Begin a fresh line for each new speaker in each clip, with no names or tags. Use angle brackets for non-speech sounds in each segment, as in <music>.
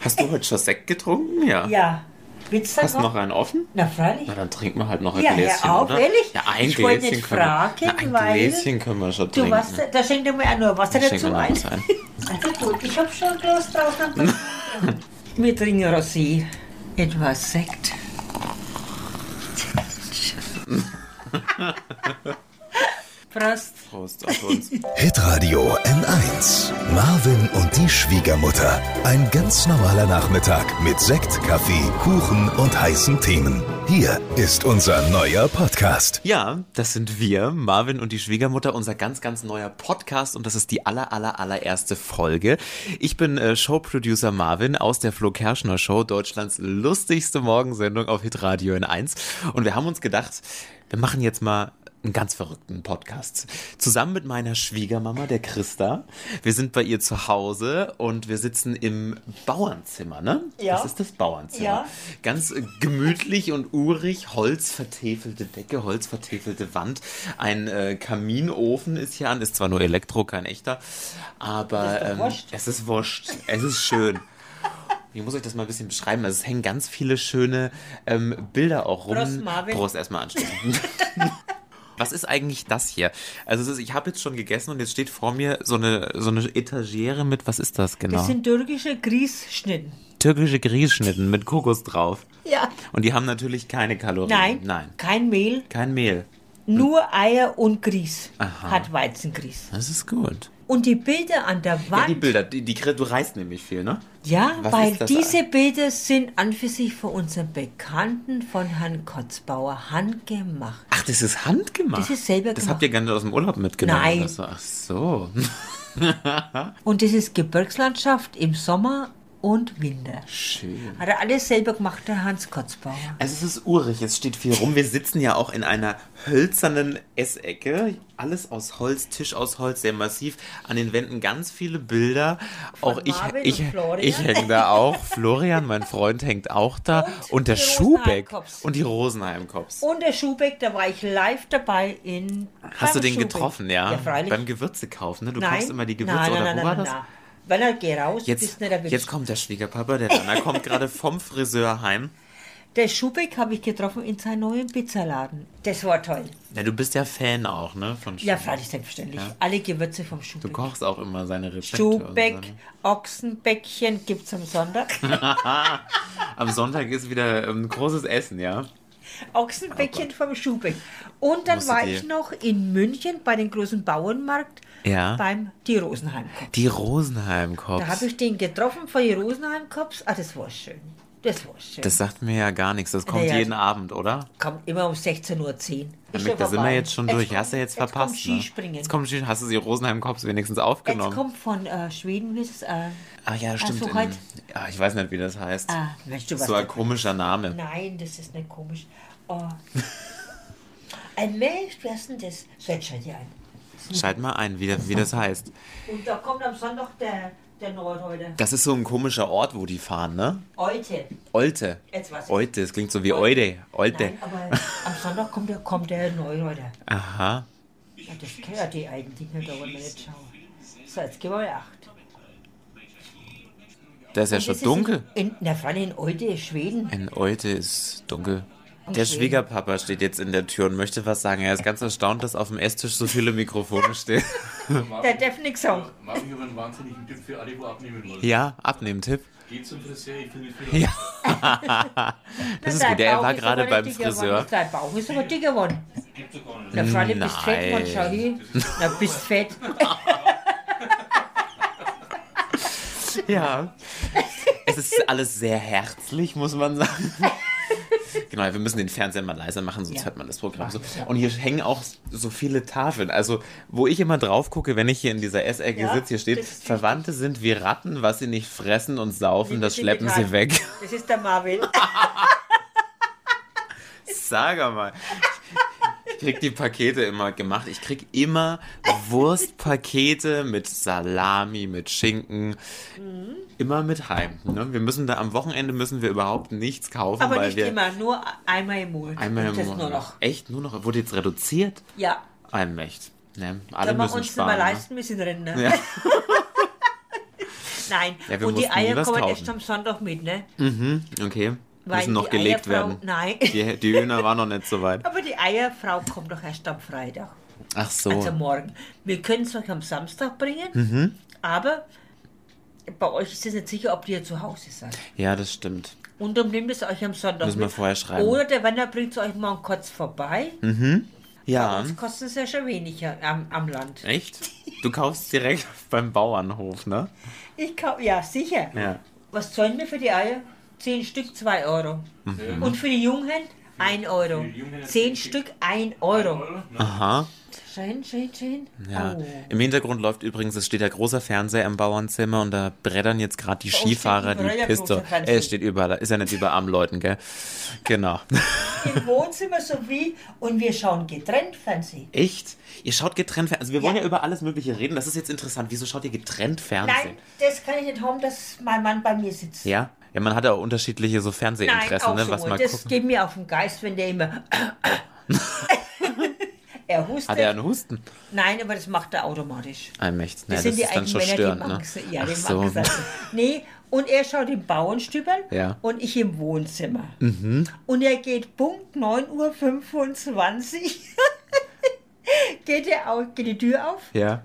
Hast du heute schon Sekt getrunken? Ja.
Ja. Willst du
Hast du noch einen offen?
Na, freilich.
Na, dann trinken wir halt noch ein
Ja, hör
Gläschen,
auf,
oder?
ehrlich?
Ja, ein
Ich wollte
Gläschen
nicht
können
fragen,
wir. Na, ein
weil
Gläschen können wir schon
Du
trinken.
was, da schenkt er mir auch nur Wasser
Schenken
dazu
wir
ein.
uns ein.
Also gut, ich hab schon ein Glas
<laughs>
draußen. Wir trinken Rosé. Etwas Sekt. Prost.
Prost auf uns.
Hitradio N1. Marvin und die Schwiegermutter. Ein ganz normaler Nachmittag mit Sekt, Kaffee, Kuchen und heißen Themen. Hier ist unser neuer Podcast.
Ja, das sind wir, Marvin und die Schwiegermutter, unser ganz, ganz neuer Podcast und das ist die aller, aller, allererste Folge. Ich bin äh, Showproducer Marvin aus der Flo Kerschner Show, Deutschlands lustigste Morgensendung auf Hitradio N1 und wir haben uns gedacht, wir machen jetzt mal einen ganz verrückten Podcast. Zusammen mit meiner Schwiegermama, der Christa. Wir sind bei ihr zu Hause und wir sitzen im Bauernzimmer, ne?
Ja.
Das ist das Bauernzimmer.
Ja.
Ganz äh, gemütlich und urig, holzvertäfelte Decke, holzvertäfelte Wand. Ein äh, Kaminofen ist hier an, ist zwar nur Elektro, kein echter, aber
Ist doch
ähm,
wurscht.
es ist wurscht, es ist schön. Ich muss euch das mal ein bisschen beschreiben. Also es hängen ganz viele schöne ähm, Bilder auch rum.
Prost, Marvin.
Prost erstmal
<laughs>
anschließen. Was ist eigentlich das hier? Also es ist, ich habe jetzt schon gegessen und jetzt steht vor mir so eine, so eine Etagere mit, was ist das genau?
Das sind türkische Grießschnitten.
türkische Grießschnitten mit Kokos drauf.
Ja.
Und die haben natürlich keine Kalorien.
Nein,
Nein.
kein Mehl,
Kein Mehl.
nur Eier und Grieß.
Aha.
Hat Weizengrieß.
Das ist gut.
Und die Bilder an der Wand.
Ja, die Bilder, die, die, du reißt nämlich viel, ne?
Ja,
Was
weil
ist das
diese Bilder sind an für sich von unserem Bekannten von Herrn Kotzbauer handgemacht.
Ach, das ist handgemacht.
Das ist selber
Das
gemacht.
habt ihr gar nicht aus dem Urlaub mitgenommen.
Nein.
Das war, ach so.
Und das ist Gebirgslandschaft im Sommer und Winter.
Schön.
Hat er alles selber gemacht, der Hans Kotzbauer.
Also es ist urig, es steht viel rum. Wir sitzen ja auch in einer hölzernen Essecke. Alles aus Holz, Tisch aus Holz, sehr massiv. An den Wänden ganz viele Bilder. auch ich,
Marvin
ich,
und Florian.
ich hänge da auch. Florian, mein Freund, hängt auch da. Und,
Und
der
die
Schubeck.
Rosenheim-Kops.
Und die Rosenheim-Kops.
Und der Schubeck, da war ich live dabei in.
Hast du
beim
den
Schubeck.
getroffen, ja?
Ja, freilich.
Beim Gewürze kaufen, ne? Du kaufst immer die Gewürze,
nein,
oder
nein,
wo
nein,
war
nein,
das?
Nein. Wenn er geh raus, bist
Jetzt,
nicht erwischt.
jetzt kommt der Schwiegerpapa, der
<laughs>
Werner kommt gerade vom Friseur heim.
Der Schubeck habe ich getroffen in seinem neuen Pizzaladen. Das war toll.
Ja, du bist ja Fan auch, ne? Von
Ja,
Schubeck.
freilich, selbstverständlich. Alle Gewürze vom Schubeck.
Du kochst auch immer seine Rezepte. und
Schuhbeck, Ochsenbäckchen gibt's am
<laughs>
Sonntag. <laughs>
seine- Am Sonntag ist wieder ein großes Essen, ja? Oh
Ochsenbäckchen vom Schuhbeck. Und dann
Musst du
war
dir-
ich noch in München bei dem großen Bauernmarkt
Ja.
beim Die Rosenheimkopf.
Die Rosenheim-Kops.
Da habe ich den getroffen vor die Rosenheimkops. Ah, das war schön. Das war schön.
Das sagt mir ja gar nichts. Das kommt
Naja,
jeden
ich-
Abend, oder?
kommt immer um 16.10 Uhr. Ist
Damit, da sind wir
vorbei.
jetzt schon durch.
kommt-
hast du jetzt, verpasst.
Jetzt
ne?
kommt Skispringen.
Jetzt kommt Skispringen. Hast du die Rosenheim-Kops wenigstens
Jetzt
aufgenommen?
kommt von äh, Schweden, wie ist es? Äh,
Ah ja, stimmt.
so
in-
halt-
ah, ich weiß nicht, wie das heißt.
ah, weißt du was?
so
das
ein komischer Name.
Nein, das ist nicht komisch.
<laughs>
Oh. ein Mensch, wer ist denn das? So, jetzt schalt ihr ein.
Schalt mal ein, wie, das- wie das heißt.
Und da kommt am Sonntag der, der Nord heute.
Das ist so ein komischer Ort, wo die fahren, ne?
Heute.
Olte.
Jetzt weiß ich's.
Olte, das klingt so wie Eude. Olte.
Nein, aber am Sonntag kommt der, kommt der Neureuter.
Aha.
Ja, das kennen ja die alten Dinge, da wollen wir nicht schauen. So, jetzt geben wir mal acht.
Da ist ja
Das
schon
ist
dunkel.
In, in, na, vor allem in Olte, Schweden.
In Olte ist dunkel. Der
schön.
Schwiegerpapa steht jetzt in der Tür und möchte was sagen. Er ist ganz erstaunt, dass auf dem Esstisch so viele Mikrofone
<laughs>
stehen.
Der darf nichts sagen.
Marvin, ich habe einen wahnsinnigen Tipp für alle, die abnehmen wollen. um
Ja, Abnehmtipp.
Geh zum Friseur, ich finde es wieder.
Ja. Das ist
Dein
gut. Der
Bauch
war
ist
gerade
aber
beim
nicht dicker
Friseur.
geworden. Dein Bauch ist aber dick geworden. Na, vor allem bist fett, Mann, schau hin. Na,
<laughs>
bist fett.
Ja. Es ist alles sehr herzlich, muss man
<laughs>
sagen. Genau, wir müssen den Fernseher mal leiser machen, sonst
Ja.
hört man das Programm so. Und hier hängen auch so viele Tafeln. Also, wo ich immer drauf gucke, wenn ich hier in dieser S-Ecke
Ja,
sitze, hier steht,
das ist
Verwandte sind wie Ratten, was sie nicht fressen und saufen, das schleppen sie weg.
Das ist der Marvin.
Sag mal. Ich krieg die Pakete immer gemacht. Ich krieg immer Wurstpakete mit Salami, mit Schinken. Immer mit heim. Ne? Wir müssen da am Wochenende müssen wir überhaupt nichts kaufen,
Aber
weil
nicht
wir
immer, nur einmal im Monat.
einmal
Und
im
das
Monat.
nur noch.
Echt nur noch. Wurde jetzt reduziert?
Ja,
Ein Mächt. Ne? Alle
wenn wir
müssen
uns nicht
sparen.
mehr
ne?
leisten müssen, rennen. Ne? <laughs> Nein.
Ja, wir
und die
mussten nie
Eier
was
kommen
kaufen.
erst am Sonntag mit, ne?
Mhm, okay.
Weil
Müssen noch
die
gelegt
Eierfrau-
werden.
Nein.
Die, die Hühner waren noch nicht so weit.
<laughs> Aber die Eierfrau kommt doch erst am Freitag.
Ach so.
Also morgen. Wir können es euch am Samstag bringen,
Mhm.
aber bei euch ist es nicht sicher, ob ihr zu Hause seid.
ja, das stimmt.
Und dann nehmt es euch am Sonntag
Müssen wir
mit.
vorher schreiben.
Oder der Wander bringt es euch morgen kurz vorbei.
Ja.
Das kostet es ja schon weniger am, am Land.
Echt? Du kaufst direkt <laughs> beim Bauernhof, ne?
Ich kau ja, sicher.
Ja.
Was zahlen wir für die Eier? Zehn Stück, zwei Euro. Und für die Jungen? ein Euro.
Für die Jungen
Zehn
zehn
Stück, ein Euro.
Euro? Na,
Aha.
Schön, schön, schön.
Ja.
Oh.
Ah. Im Hintergrund läuft übrigens, es steht der großer Fernseher im Bauernzimmer und da brettern jetzt gerade
Oh,
die Skifahrer
überall
die
der
Piste.
große Fernseher.
Äh, Es steht überall, da ist ja nicht über armen Leuten, gell?
<laughs>
Genau.
Im Wohnzimmer sowie und wir schauen getrennt Fernsehen.
Echt? Ihr schaut getrennt Fernsehen. Also wir wollen ja.
Ja.
über alles Mögliche reden. Das ist jetzt interessant. Wieso schaut ihr getrennt Fernsehen?
Nein, das kann ich nicht haben, dass mein Mann bei mir sitzt.
Ja? Ja, man hat ja auch unterschiedliche so
Nein,
Fernsehinteressen,
auch
ne?
so.
Was man
das
gucken.
geht mir auf den Geist, wenn
<laughs>
der immer. <laughs> er hustet.
Hat er einen Husten?
Nein, aber das macht er automatisch.
Ein Mächt.
Das
Naja,
sind
das
die
ist dann
alten
schon
Männer,
störend,
die
ne?
Max, ja,
Ach
die
so.
Max.
<laughs>
Nee, und er schaut im Bauernstübel
Ja. Mhm.
und ich im Wohnzimmer. Und er geht Punkt 9.25 Uhr, <laughs> geht, er auf, geht die Tür auf,
Ja.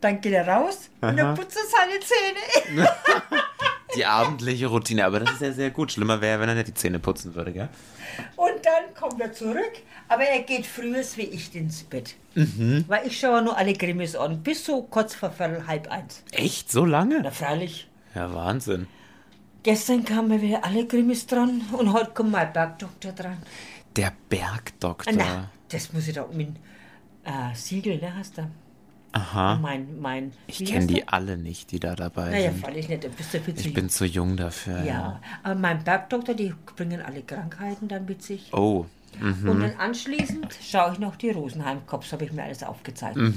dann geht er raus und dann putzt er seine Zähne. <laughs>
Die abendliche Routine, aber das ist ja sehr gut. Schlimmer wäre, wenn er nicht die Zähne putzen würde, gell?
Und dann kommt er zurück, aber er geht früher wie ich ins Bett.
Mhm.
Weil ich schaue nur alle Krimis an, bis so kurz vor Viertel, halb eins.
Echt? So
Na
lange?
freilich.
Ja, Wahnsinn.
Gestern kamen wieder alle Krimis dran und heute kommt mein Bergdoktor dran.
Der
Ah,
Bergdoktor.
na, das muss ich da um ihn. Äh, Siegel, ne, hast du?
Aha.
Mein, mein.
Ich kenne die alle nicht, die da dabei
Naja,
sind.
freilich nicht, du bist ja viel zu
Ich bin zu jung dafür.
jung.
Ja.
Ja, aber mein Bergdoktor, die bringen alle Krankheiten dann mit sich. <laughs>
Oh.
Und dann anschließend schaue ich noch die Rosenheim-Cops, habe ich mir alles
Mm,
aufgezeichnet.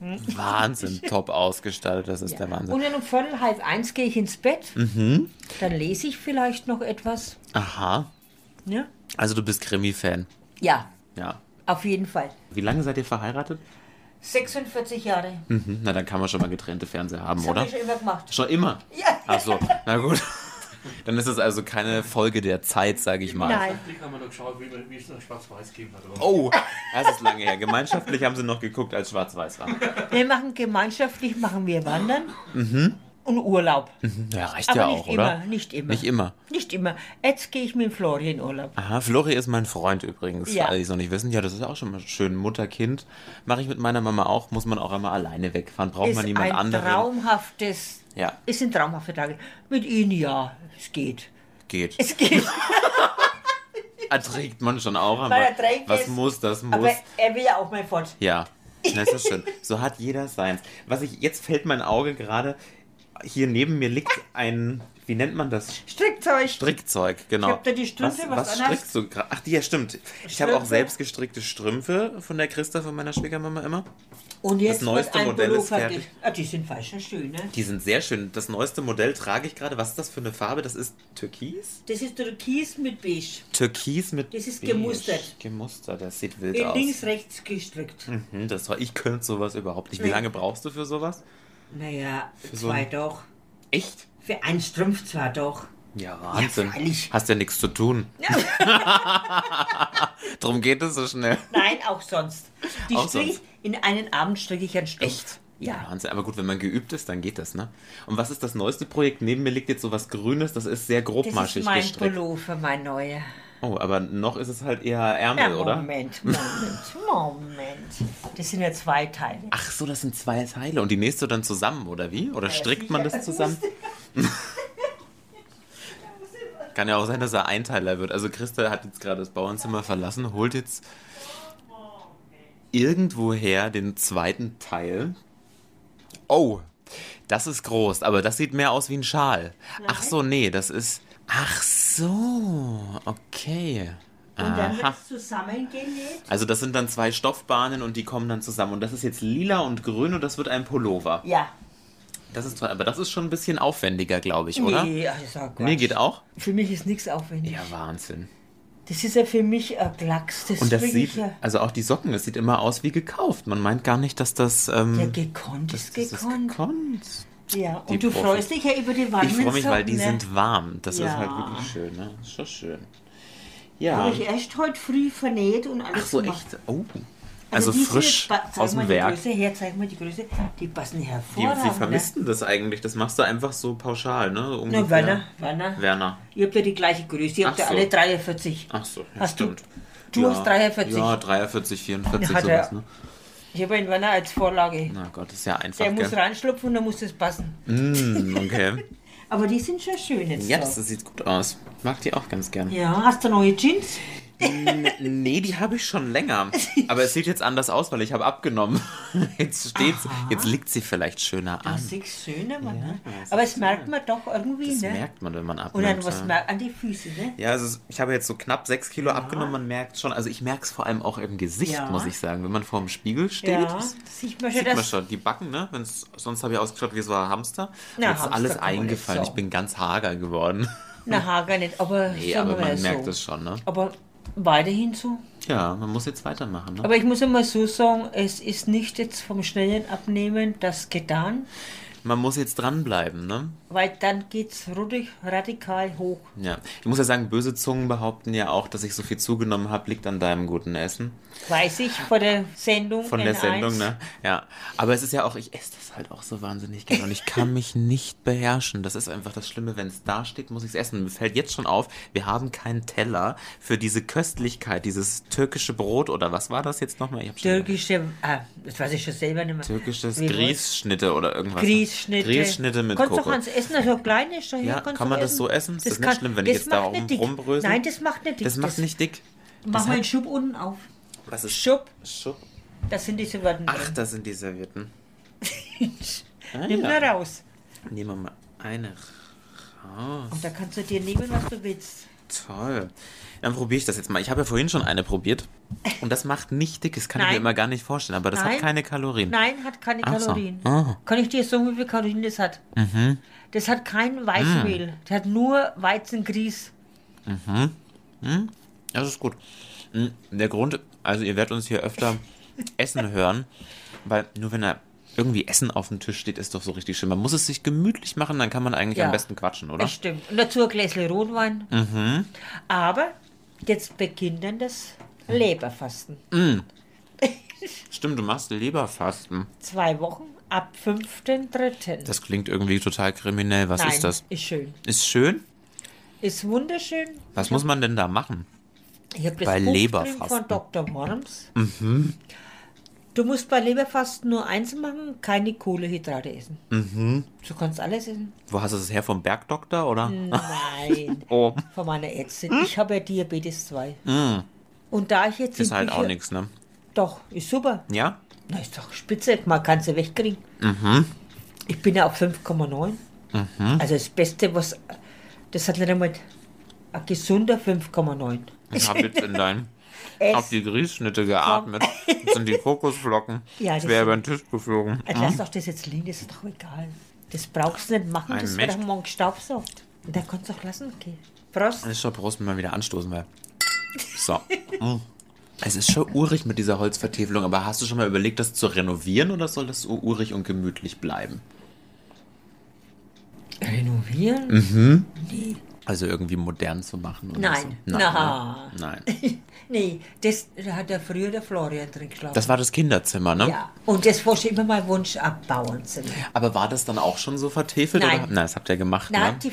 Wahnsinn, top ausgestattet, das ist der Mhm. Wahnsinn.
Und dann um Viertel, halb eins gehe ich ins Bett. Dann lese ich vielleicht noch etwas.
Aha.
Ne?
Also du bist Krimi-Fan.
Ja,
Ja.
auf jeden Fall.
Wie lange seid ihr verheiratet?
46 Jahre.
Mhm. Na, dann kann man schon mal getrennte Fernseher haben,
Das
oder?
habe ich schon immer gemacht.
Schon immer?
Ja.
Ach so, na gut. <laughs> Dann ist es also keine Folge der Zeit, sage ich mal.
Nein.
Blick haben wir da geschaut, wie man- wie es noch schwarz-weiß gegeben hat. oder?
Oh, das ist lange her. Gemeinschaftlich haben sie noch geguckt, als schwarz-weiß
<laughs>
war.
Wir machen gemeinschaftlich, machen wir Wandern und Urlaub.
Mhm. Hm, Ja, reicht
Aber
ja
nicht
auch,
immer,
oder?
nicht immer.
Nicht immer.
Nicht immer. Jetzt gehe ich mit dem Florian Urlaub.
Aha, Flori ist mein Freund übrigens,
Ja.
alle die es noch nicht wissen. Ja, das ist auch schon mal schön. Mutter-Kind mache ich mit meiner Mama auch. Muss man auch einmal alleine wegfahren, braucht
ist
man niemand
ein
anderen.
traumhaftes.
Ja.
Es sind traumhafte Tage. Mit Ihnen ja, es geht.
Geht.
<laughs> Es
<laughs>
geht.
Erträgt man schon auch
Weil
einmal.
er trägt
Was
es.
muss, das muss.
Aber er will ja auch mal fort.
Ja, das ist schön. So hat jeder seins. Was ich, jetzt fällt mein Auge gerade, hier neben mir liegt ein, wie nennt man das?
Strickzeug.
Strickzeug, genau.
Ich hab da die Strümpfe, was
was
du anhast.
strickst du gerade? Ach, die, ja, stimmt. Ich habe auch
Strümpfe.
selbst gestrickte Strümpfe von der Christa, von meiner Schwiegermama immer.
Und jetzt wird
neueste
ein
Modell ist
Pullover
fertig.
ge- Ah, die sind falsch schön, ne?
Die sind sehr schön. Das neueste Modell trage ich gerade. Was ist das für eine Farbe? Das ist Türkis?
Das ist Türkis mit Beige.
Türkis mit.
Das ist
Beige.
gemustert. Äh,
Gemustert, das sieht wild
In
aus.
links, rechts gestrickt.
Hm, das war, ich könnte sowas überhaupt nicht. Wie
Nee.
lange brauchst du für sowas?
Naja,
so
zwei
ein-
doch.
Echt?
Für einen Strumpf zwar doch.
Ja, Wahnsinn.
freilich.
Hast ja nichts zu tun. <laughs> Drum geht es so schnell.
Nein, auch sonst. Die
Auch
stricke ich-
sonst.
In einen Abend stricke ich einen Strumpf.
Ja,
Ja.
Wahnsinn. Aber gut, wenn man geübt ist, dann geht das, ne? Und was ist das neueste Projekt? Neben mir liegt jetzt sowas Grünes, das ist sehr
Das ist
grobmaschig
mein
gestrickt.
Pullover, mein neuer.
Oh, aber noch ist es halt eher Ärmel,
Ja,
oder? <laughs>
Moment, Moment, Moment. Das sind ja zwei Teile.
Ach so, das sind zwei Teile. Und die nähst du dann zusammen, oder wie? Oder strickt man das
<laughs>
zusammen? Kann ja auch sein, dass er Einteiler wird. Also Christa hat jetzt gerade das Bauernzimmer verlassen, holt jetzt irgendwoher den zweiten Teil. Oh, das ist groß, aber das sieht mehr aus wie ein Schal. Ach so, nee, das ist... Ach so, okay.
Und dann wird es zusammengenäht.
Also das sind dann zwei Stoffbahnen und die kommen dann zusammen. Und das ist jetzt lila und grün und das wird ein Pullover.
Ja.
Das ist toll, aber das ist schon ein bisschen aufwendiger, glaube ich, oder?
Nee, ach, ist auch
Nee, geht auch?
Für mich ist nichts aufwendig.
Ja, Wahnsinn.
Das ist ja für mich ein Klacks. Das
Und das
bring ich
sieht,
ja.
also auch die Socken, das sieht immer aus wie gekauft. Man meint gar nicht, dass das, ähm,
Ja, gekonnt ist
das ist
gekonnt.
gekonnt.
Ja, und
Die
du
Profis.
freust dich ja über die warmen
Ich freue mich, weil die
Socken, ne?
sind warm. Das ist
Ja.
halt wirklich schön, ne? Ist schon schön. Ja.
Habe ich erst heute früh vernäht und alles
Ach so,
gemacht.
echt? Oh. Also,
die sind
frisch
jetzt ba- zeig
aus
mal
dem
die
Werk.
Größe her, zeig mal die Größe. Die passen
Wie,
hervorragend.
wie vermisst denn das eigentlich? Das machst du einfach so pauschal, ne? So
ne? Na,
ungefähr.
Werner, Werner.
Werner.
Ihr habt ja die gleiche Größe, ihr habt
Ach
ja
so.
alle 43.
Ach so, ja,
Hast du-
stimmt.
du hast 43.
Ja, 43, 44,
Hat er-
sowas, ne?
Ich habe einen Werner als Vorlage.
Na Gott, ist ja einfach,
Der muss
gell?
reinschlupfen und dann muss es passen.
Hm, okay.
<laughs> Aber die sind schon schön jetzt.
Ja,
so.
das sieht gut aus. Mag die auch ganz gern.
ja, hast du neue Jeans?
Nee, die habe ich schon
<laughs>
länger. Aber es sieht jetzt anders aus, weil ich habe abgenommen. <laughs> Jetzt steht's, jetzt liegt sie vielleicht schöner
Das
an.
sieht schöner, Mann. ne? Aber es merkt man doch irgendwie,
Das
ne?
merkt man, wenn man
und
abnimmt.
dann was
ja.
merkt an die Füße, ne?
Ja, also es- ich habe jetzt so knapp sechs Kilo abgenommen, man merkt schon. Also ich merke es vor allem auch im Gesicht,
Ja.
muss ich sagen. Wenn man vor dem Spiegel steht,
Ja,
das
das sieht man schon.
sieht man
Das,
schon. Die Backen, ne? Wenn's, sonst habe ich ausgeschaut wie so ein Hamster.
Na,
jetzt ist
Hamster
alles
kann man nicht
eingefallen.
sagen.
Ich bin ganz hager
<laughs>
geworden.
na, Hager nicht, aber
Nee,
sagen
aber
wir mal
man
so.
merkt es schon, ne?
Aber weiterhin so.
Ja, man muss jetzt weitermachen, ne?
Aber ich muss immer so sagen, es ist nicht jetzt vom schnellen Abnehmen das getan,
Man muss jetzt dranbleiben, ne?
weil dann geht's rudig, radikal hoch.
Ja. Ich muss ja sagen, böse Zungen behaupten ja auch, dass ich so viel zugenommen habe, liegt an deinem guten Essen.
Weiß ich von der Sendung.
Von der
N1.
Sendung, ne? Ja. Aber es ist ja auch, ich esse das halt auch so wahnsinnig gerne und ich kann mich nicht beherrschen. Das ist einfach das Schlimme, wenn es da steht, muss ich es essen. Mir fällt jetzt schon auf, wir haben keinen Teller für diese Köstlichkeit, dieses türkische Brot oder was war das jetzt nochmal? Ich hab schon
Türkische, ah, das weiß ich schon selber nicht mehr.
Türkisches
Wie war's?
Grießschnitte oder irgendwas.
Grießschnitte.
Grießschnitte mit
Kannst du
Coco.
ans Essen, also kleine ist doch hier,
Ja,
kannst
kann
du
man das so essen? Ist das nicht schlimm, wenn ich
das
jetzt da
macht nicht
rum-
dick.
rumbrösel?
Nein, das macht nicht dick.
Das macht nicht dick.
Mach
das
mal
hat-
einen Schub unten auf.
Was ist
Schub,
Schub?
das sind die Silberten.
Ach, das sind die Servietten. Ah,
<laughs> Nimm
ja.
mal raus.
Nehmen wir mal eine
Und da kannst du dir nehmen, was du willst.
Toll. Dann probiere ich das jetzt mal. Ich habe ja vorhin schon eine probiert. Und das macht nicht dick. Das kann ich
Nein.
mir immer gar nicht vorstellen. Aber das hat
Nein.
keine Kalorien.
Nein, hat keine
Ach so.
Kalorien.
Ah. Mhm.
Kann ich dir sagen, wie viel Kalorien das hat? Das hat kein Weißmehl. Das hat nur Weizengrieß.
Das ist gut. Hm, Der Grund, also ihr werdet uns hier
<laughs>
öfter essen hören. Weil nur wenn da irgendwie Essen auf dem Tisch steht, ist doch so richtig schön. Man muss es sich gemütlich machen, dann kann man eigentlich
Ja.
am besten quatschen, oder?
Das stimmt. Und dazu ein Gläschen Rotwein.
Mhm.
Aber jetzt beginnt dann das Leberfasten.
Stimmt, du machst Leberfasten.
Zwei Wochen ab 5.3.
Das klingt irgendwie total kriminell. Was
Nein,
ist das?
Ist schön.
Ist schön?
Ist wunderschön.
Was muss man denn da machen?
Ich habe das
Bei
Buch
Leberfasten. Mhm.
drin von Dr. Worms. Du musst bei Leberfasten nur eins machen, keine Kohlehydrate essen.
Mhm.
Du kannst alles essen.
Wo hast du das her? Vom Bergdoktor, oder?
Hm. Nein,
Oh.
von meiner Ärztin.
Hm?
Ich habe ja Diabetes 2. Und da ich jetzt...
Ist
in
halt auch
Bücher-
nichts, ne?
Doch, ist super.
Ja?
Na, ist doch spitze, man kann sie wegkriegen.
Mhm.
Ich bin ja auf 5,9. Also das Beste, was... Das hat nicht einmal... Ein gesunder 5,9.
Ich habe jetzt
<laughs>
in dein
Echt?
auf die Grießschnitte geatmet. Jetzt sind die Kokosflocken.
<laughs> Ja,
ich
das
wäre
sind-
über den Tisch geflogen.
Also lass doch das jetzt liegen, das ist doch egal. Das brauchst du nicht machen,
Ein
das wird
Mächt-
am Morgen staubsaugt. Und da kannst du auch lassen, okay. Prost.
Ich soll Prost mal wieder anstoßen,
<laughs>
weil. So. Mm. Es ist schon urig mit dieser Holzvertäfelung, aber hast du schon mal überlegt, das zu renovieren oder soll das so urig und gemütlich bleiben?
Renovieren?
Mhm. Also irgendwie modern zu machen? Oder
Nein.
So.
Na.
ne? Nein.
Nee, das da hat ja früher der Florian drin geschlafen.
Das war das Kinderzimmer, ne?
ja, und das war schon immer mein Wunsch, abbauen zu lassen.
Aber war das dann auch schon so vertäfelt?
Nein.
Oder? Nein, das habt ihr gemacht,
Nein,
ne?
die,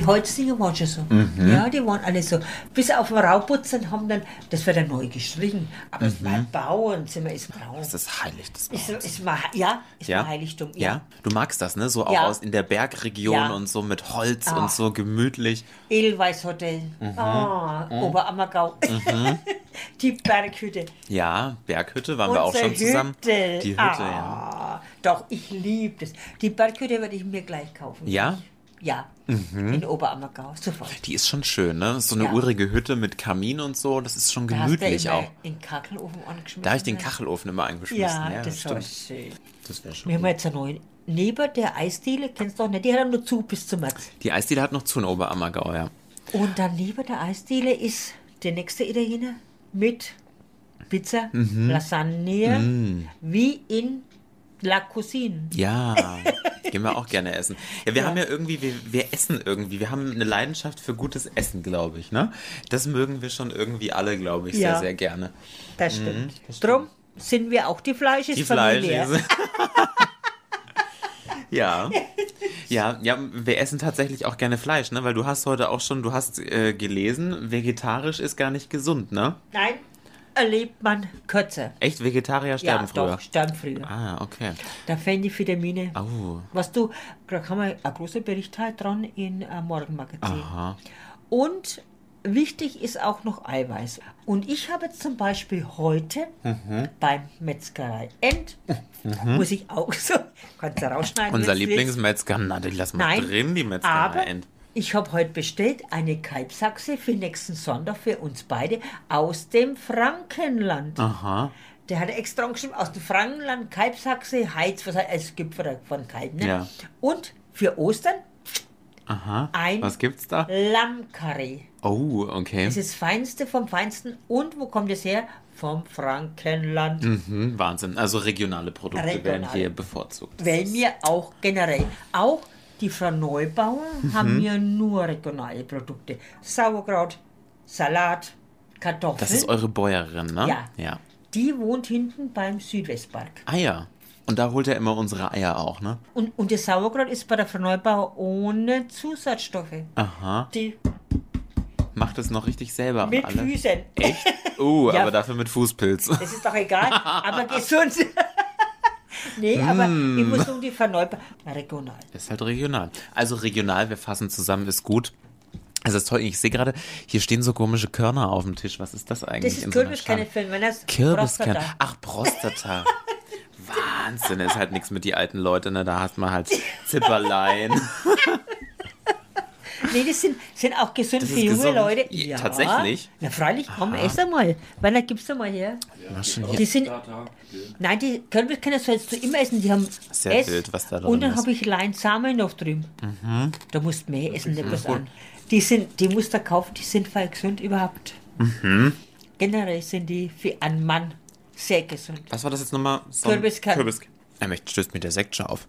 die Holzdinge waren schon so.
Mhm.
Ja, die waren alle so. Bis auf den Rauputzen haben dann, das wird dann neu gestrichen. Aber mein Bauernzimmer ist braun.
Das Mhm. ist heilig, das
Ist,
Bauernzimmer.
ist mein, ja, ist mein Heiligtum.
Ja. du magst das, ne? So auch
Ja.
aus in der Bergregion
Ja.
und so mit Holz
Ah.
und so gemütlich.
Edelweiß Hotel,
Mhm.
ah, Oberammergau, <laughs> die Berghütte,
Ja, Berghütte waren wir auch schon zusammen.
Hütte.
Die Hütte, ja.
ah, Doch, ich liebe das. Die Berghütte werde ich mir gleich kaufen.
Ja? Mhm.
Ja, in Oberammergau, sofort.
Die ist schon schön, ne? Ist so eine
Ja.
urige Hütte mit Kamin und so. Das ist schon
Da hast du
gemütlich
immer
auch.
in den Kachelofen angeschmissen.
Da habe ich den
ne?
Kachelofen immer angeschmissen.
Ja, das war
stimmt.
schön.
Das wäre
Wir
schon.
haben
gut.
jetzt einen neuen. Neben der Eisdiele, kennst du auch nicht, die hat nur zu bis zum März.
Die Eisdiele hat noch zu in Oberammergau, ja.
Und dann neben der Eisdiele ist der nächste Italiener mit Pizza, Lasagne, wie in La Cuisine. <laughs>
Ja. Gehen wir auch gerne essen. Ja, wir haben ja irgendwie, wir, wir essen irgendwie. Wir haben eine Leidenschaft für gutes Essen, glaube ich. Ne? Das mögen wir schon irgendwie alle, glaube ich,
Ja.
sehr, sehr gerne.
Das stimmt. Drum sind wir auch die
Die
Fleischesfamilie.
Fleisch. <laughs> ja. Ja, ja, wir essen tatsächlich auch gerne Fleisch, ne? Weil du hast heute auch schon, du hast äh, gelesen, vegetarisch ist gar nicht gesund, ne?
Nein, erlebt man kürzer.
Echt, Vegetarier sterben
ja,
früher.
doch, sterben früher.
Ah, okay. Uh,
Da fehlen die Vitamine.
Au.
Was du, da haben wir einen großen Bericht halt dran in äh, Morgenmagazin.
Aha.
Und wichtig ist auch noch Eiweiß. Und ich habe jetzt zum Beispiel heute
Mhm.
beim Metzgerei End, muss ich auch <laughs> so, kannst du rausschneiden.
Unser
wenn's willst.
Lieblingsmetzger, na, die lass mal
Nein,
drin, die Metzger.
aber ich habe heute bestellt eine Kalbsachse für nächsten Sonntag für uns beide aus dem Frankenland.
Aha.
Der hat extra geschrieben, aus dem Frankenland, Kalbsachse, Heiz, was heißt, es gibt von- von Kalb, ne?
Ja.
Und für Ostern
Aha.
Ein-
Was gibt's da?
Lammkarree.
Oh, okay.
Das ist das Feinste vom Feinsten. Und wo kommt es her? Vom Frankenland.
Mhm, Wahnsinn. Also regionale Produkte werden
Regionale.
hier bevorzugt.
Weil mir auch generell, auch die Frau Neubauer
Mhm.
haben mir nur regionale Produkte. Sauerkraut, Salat, Kartoffeln.
Das ist eure Bäuerin, ne?
Ja.
Ja.
die wohnt hinten beim Südwestpark.
Eier. Und da holt er immer unsere Eier auch, ne?
Und, und das Sauerkraut ist bei der Frau Neubauer ohne Zusatzstoffe.
Aha.
Die
Macht es noch richtig selber. und
mit
alles.
Füßen.
Uh,
Ja.
aber dafür mit Fußpilz.
Das ist doch egal, aber gesund. <laughs> nee, aber
Mm.
ich muss um die Verneuber. Regional.
<laughs> Ist halt regional. Also regional, wir fassen zusammen, ist gut. Es ist toll. Ich sehe gerade, hier stehen so komische Körner auf dem Tisch. Was ist das eigentlich?
Das ist
in so einer
Kürbis,
Schale?
keine Film, wenn das
Kürbiskern.
Prostata.
Ach,
<laughs>
Prostata. Wahnsinn, ist halt nichts mit die alten Leute, ne? Da hat man halt
<laughs>
Zipperlein.
Nee, das sind, sind auch gesund
Das
für
ist
junge
gesund.
Leute.
Ja, tatsächlich?
Na freilich, komm, ess einmal. Wann gibst du mal her? Die sind,
Da, da. Ja.
nein, die Kürbiskerne sollst du immer essen. Die haben
Sehr wild, was da drin
Und dann
ist. Mhm.
habe ich Leinsamen noch drüben. Da musst du mehr essen, nicht was an. Die, sind, die musst du kaufen, die sind voll gesund überhaupt.
Mhm.
Generell sind die für einen Mann sehr gesund.
Was war das jetzt nochmal? So
Kürbiskern.
Kürbiskern. Er möchte stößt mir der Sekt schon auf.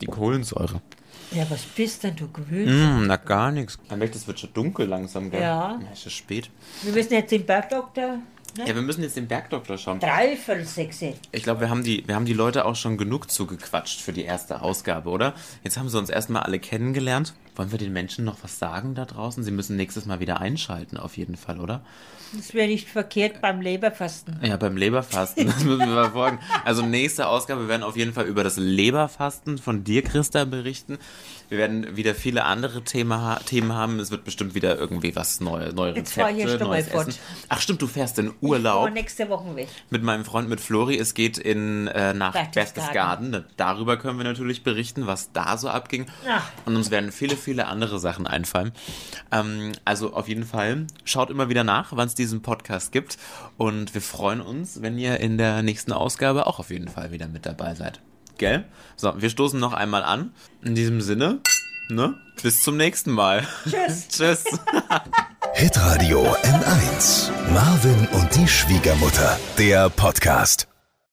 Die Kohlensäure.
Ja, was bist denn du gewöhnt?
Hm, na gar nichts. Er möchte, es wird schon dunkel langsam, gell?
Ja.
Es ist spät.
Wir müssen jetzt den Bergdoktor. Ne?
Ja, wir müssen jetzt den Bergdoktor schauen.
Drei von sechs. Ja,
Ich glaube, wir, haben die- wir haben die Leute auch schon genug zugequatscht für die erste Ausgabe, oder? Jetzt haben sie uns erstmal alle kennengelernt. Wollen wir den Menschen noch was sagen da draußen? Sie müssen nächstes Mal wieder einschalten, auf jeden Fall, oder?
Das wäre nicht verkehrt beim Leberfasten.
Ja, beim Leberfasten, das müssen wir verfolgen. Also nächste Ausgabe wir werden auf jeden Fall über das Leberfasten von dir, Christa, berichten. Wir werden wieder viele andere Thema, ha- Themen haben. Es wird bestimmt wieder irgendwie was Neues, neue
Jetzt fahr ich
Rezepte,
jetzt noch
neues
mal fort.
Essen. Ach stimmt, du fährst in
Oh,
Urlaub
nächste Woche weg.
mit meinem Freund, mit Flori. Es geht in, äh, nach
Berchtesgaden.
Berchtesgaden. Darüber können wir natürlich berichten, was da so abging.
Ach.
Und uns werden viele, viele andere Sachen einfallen. Ähm, also auf jeden Fall schaut immer wieder nach, wann es diesen Podcast gibt. Und wir freuen uns, wenn ihr in der nächsten Ausgabe auch auf jeden Fall wieder mit dabei seid. Gell? So, wir stoßen noch einmal an. In diesem Sinne, ne? Bis zum nächsten Mal. Tschüss. <laughs> Tschüss.
Hitradio N1. Marvin und die Schwiegermutter. Der Podcast.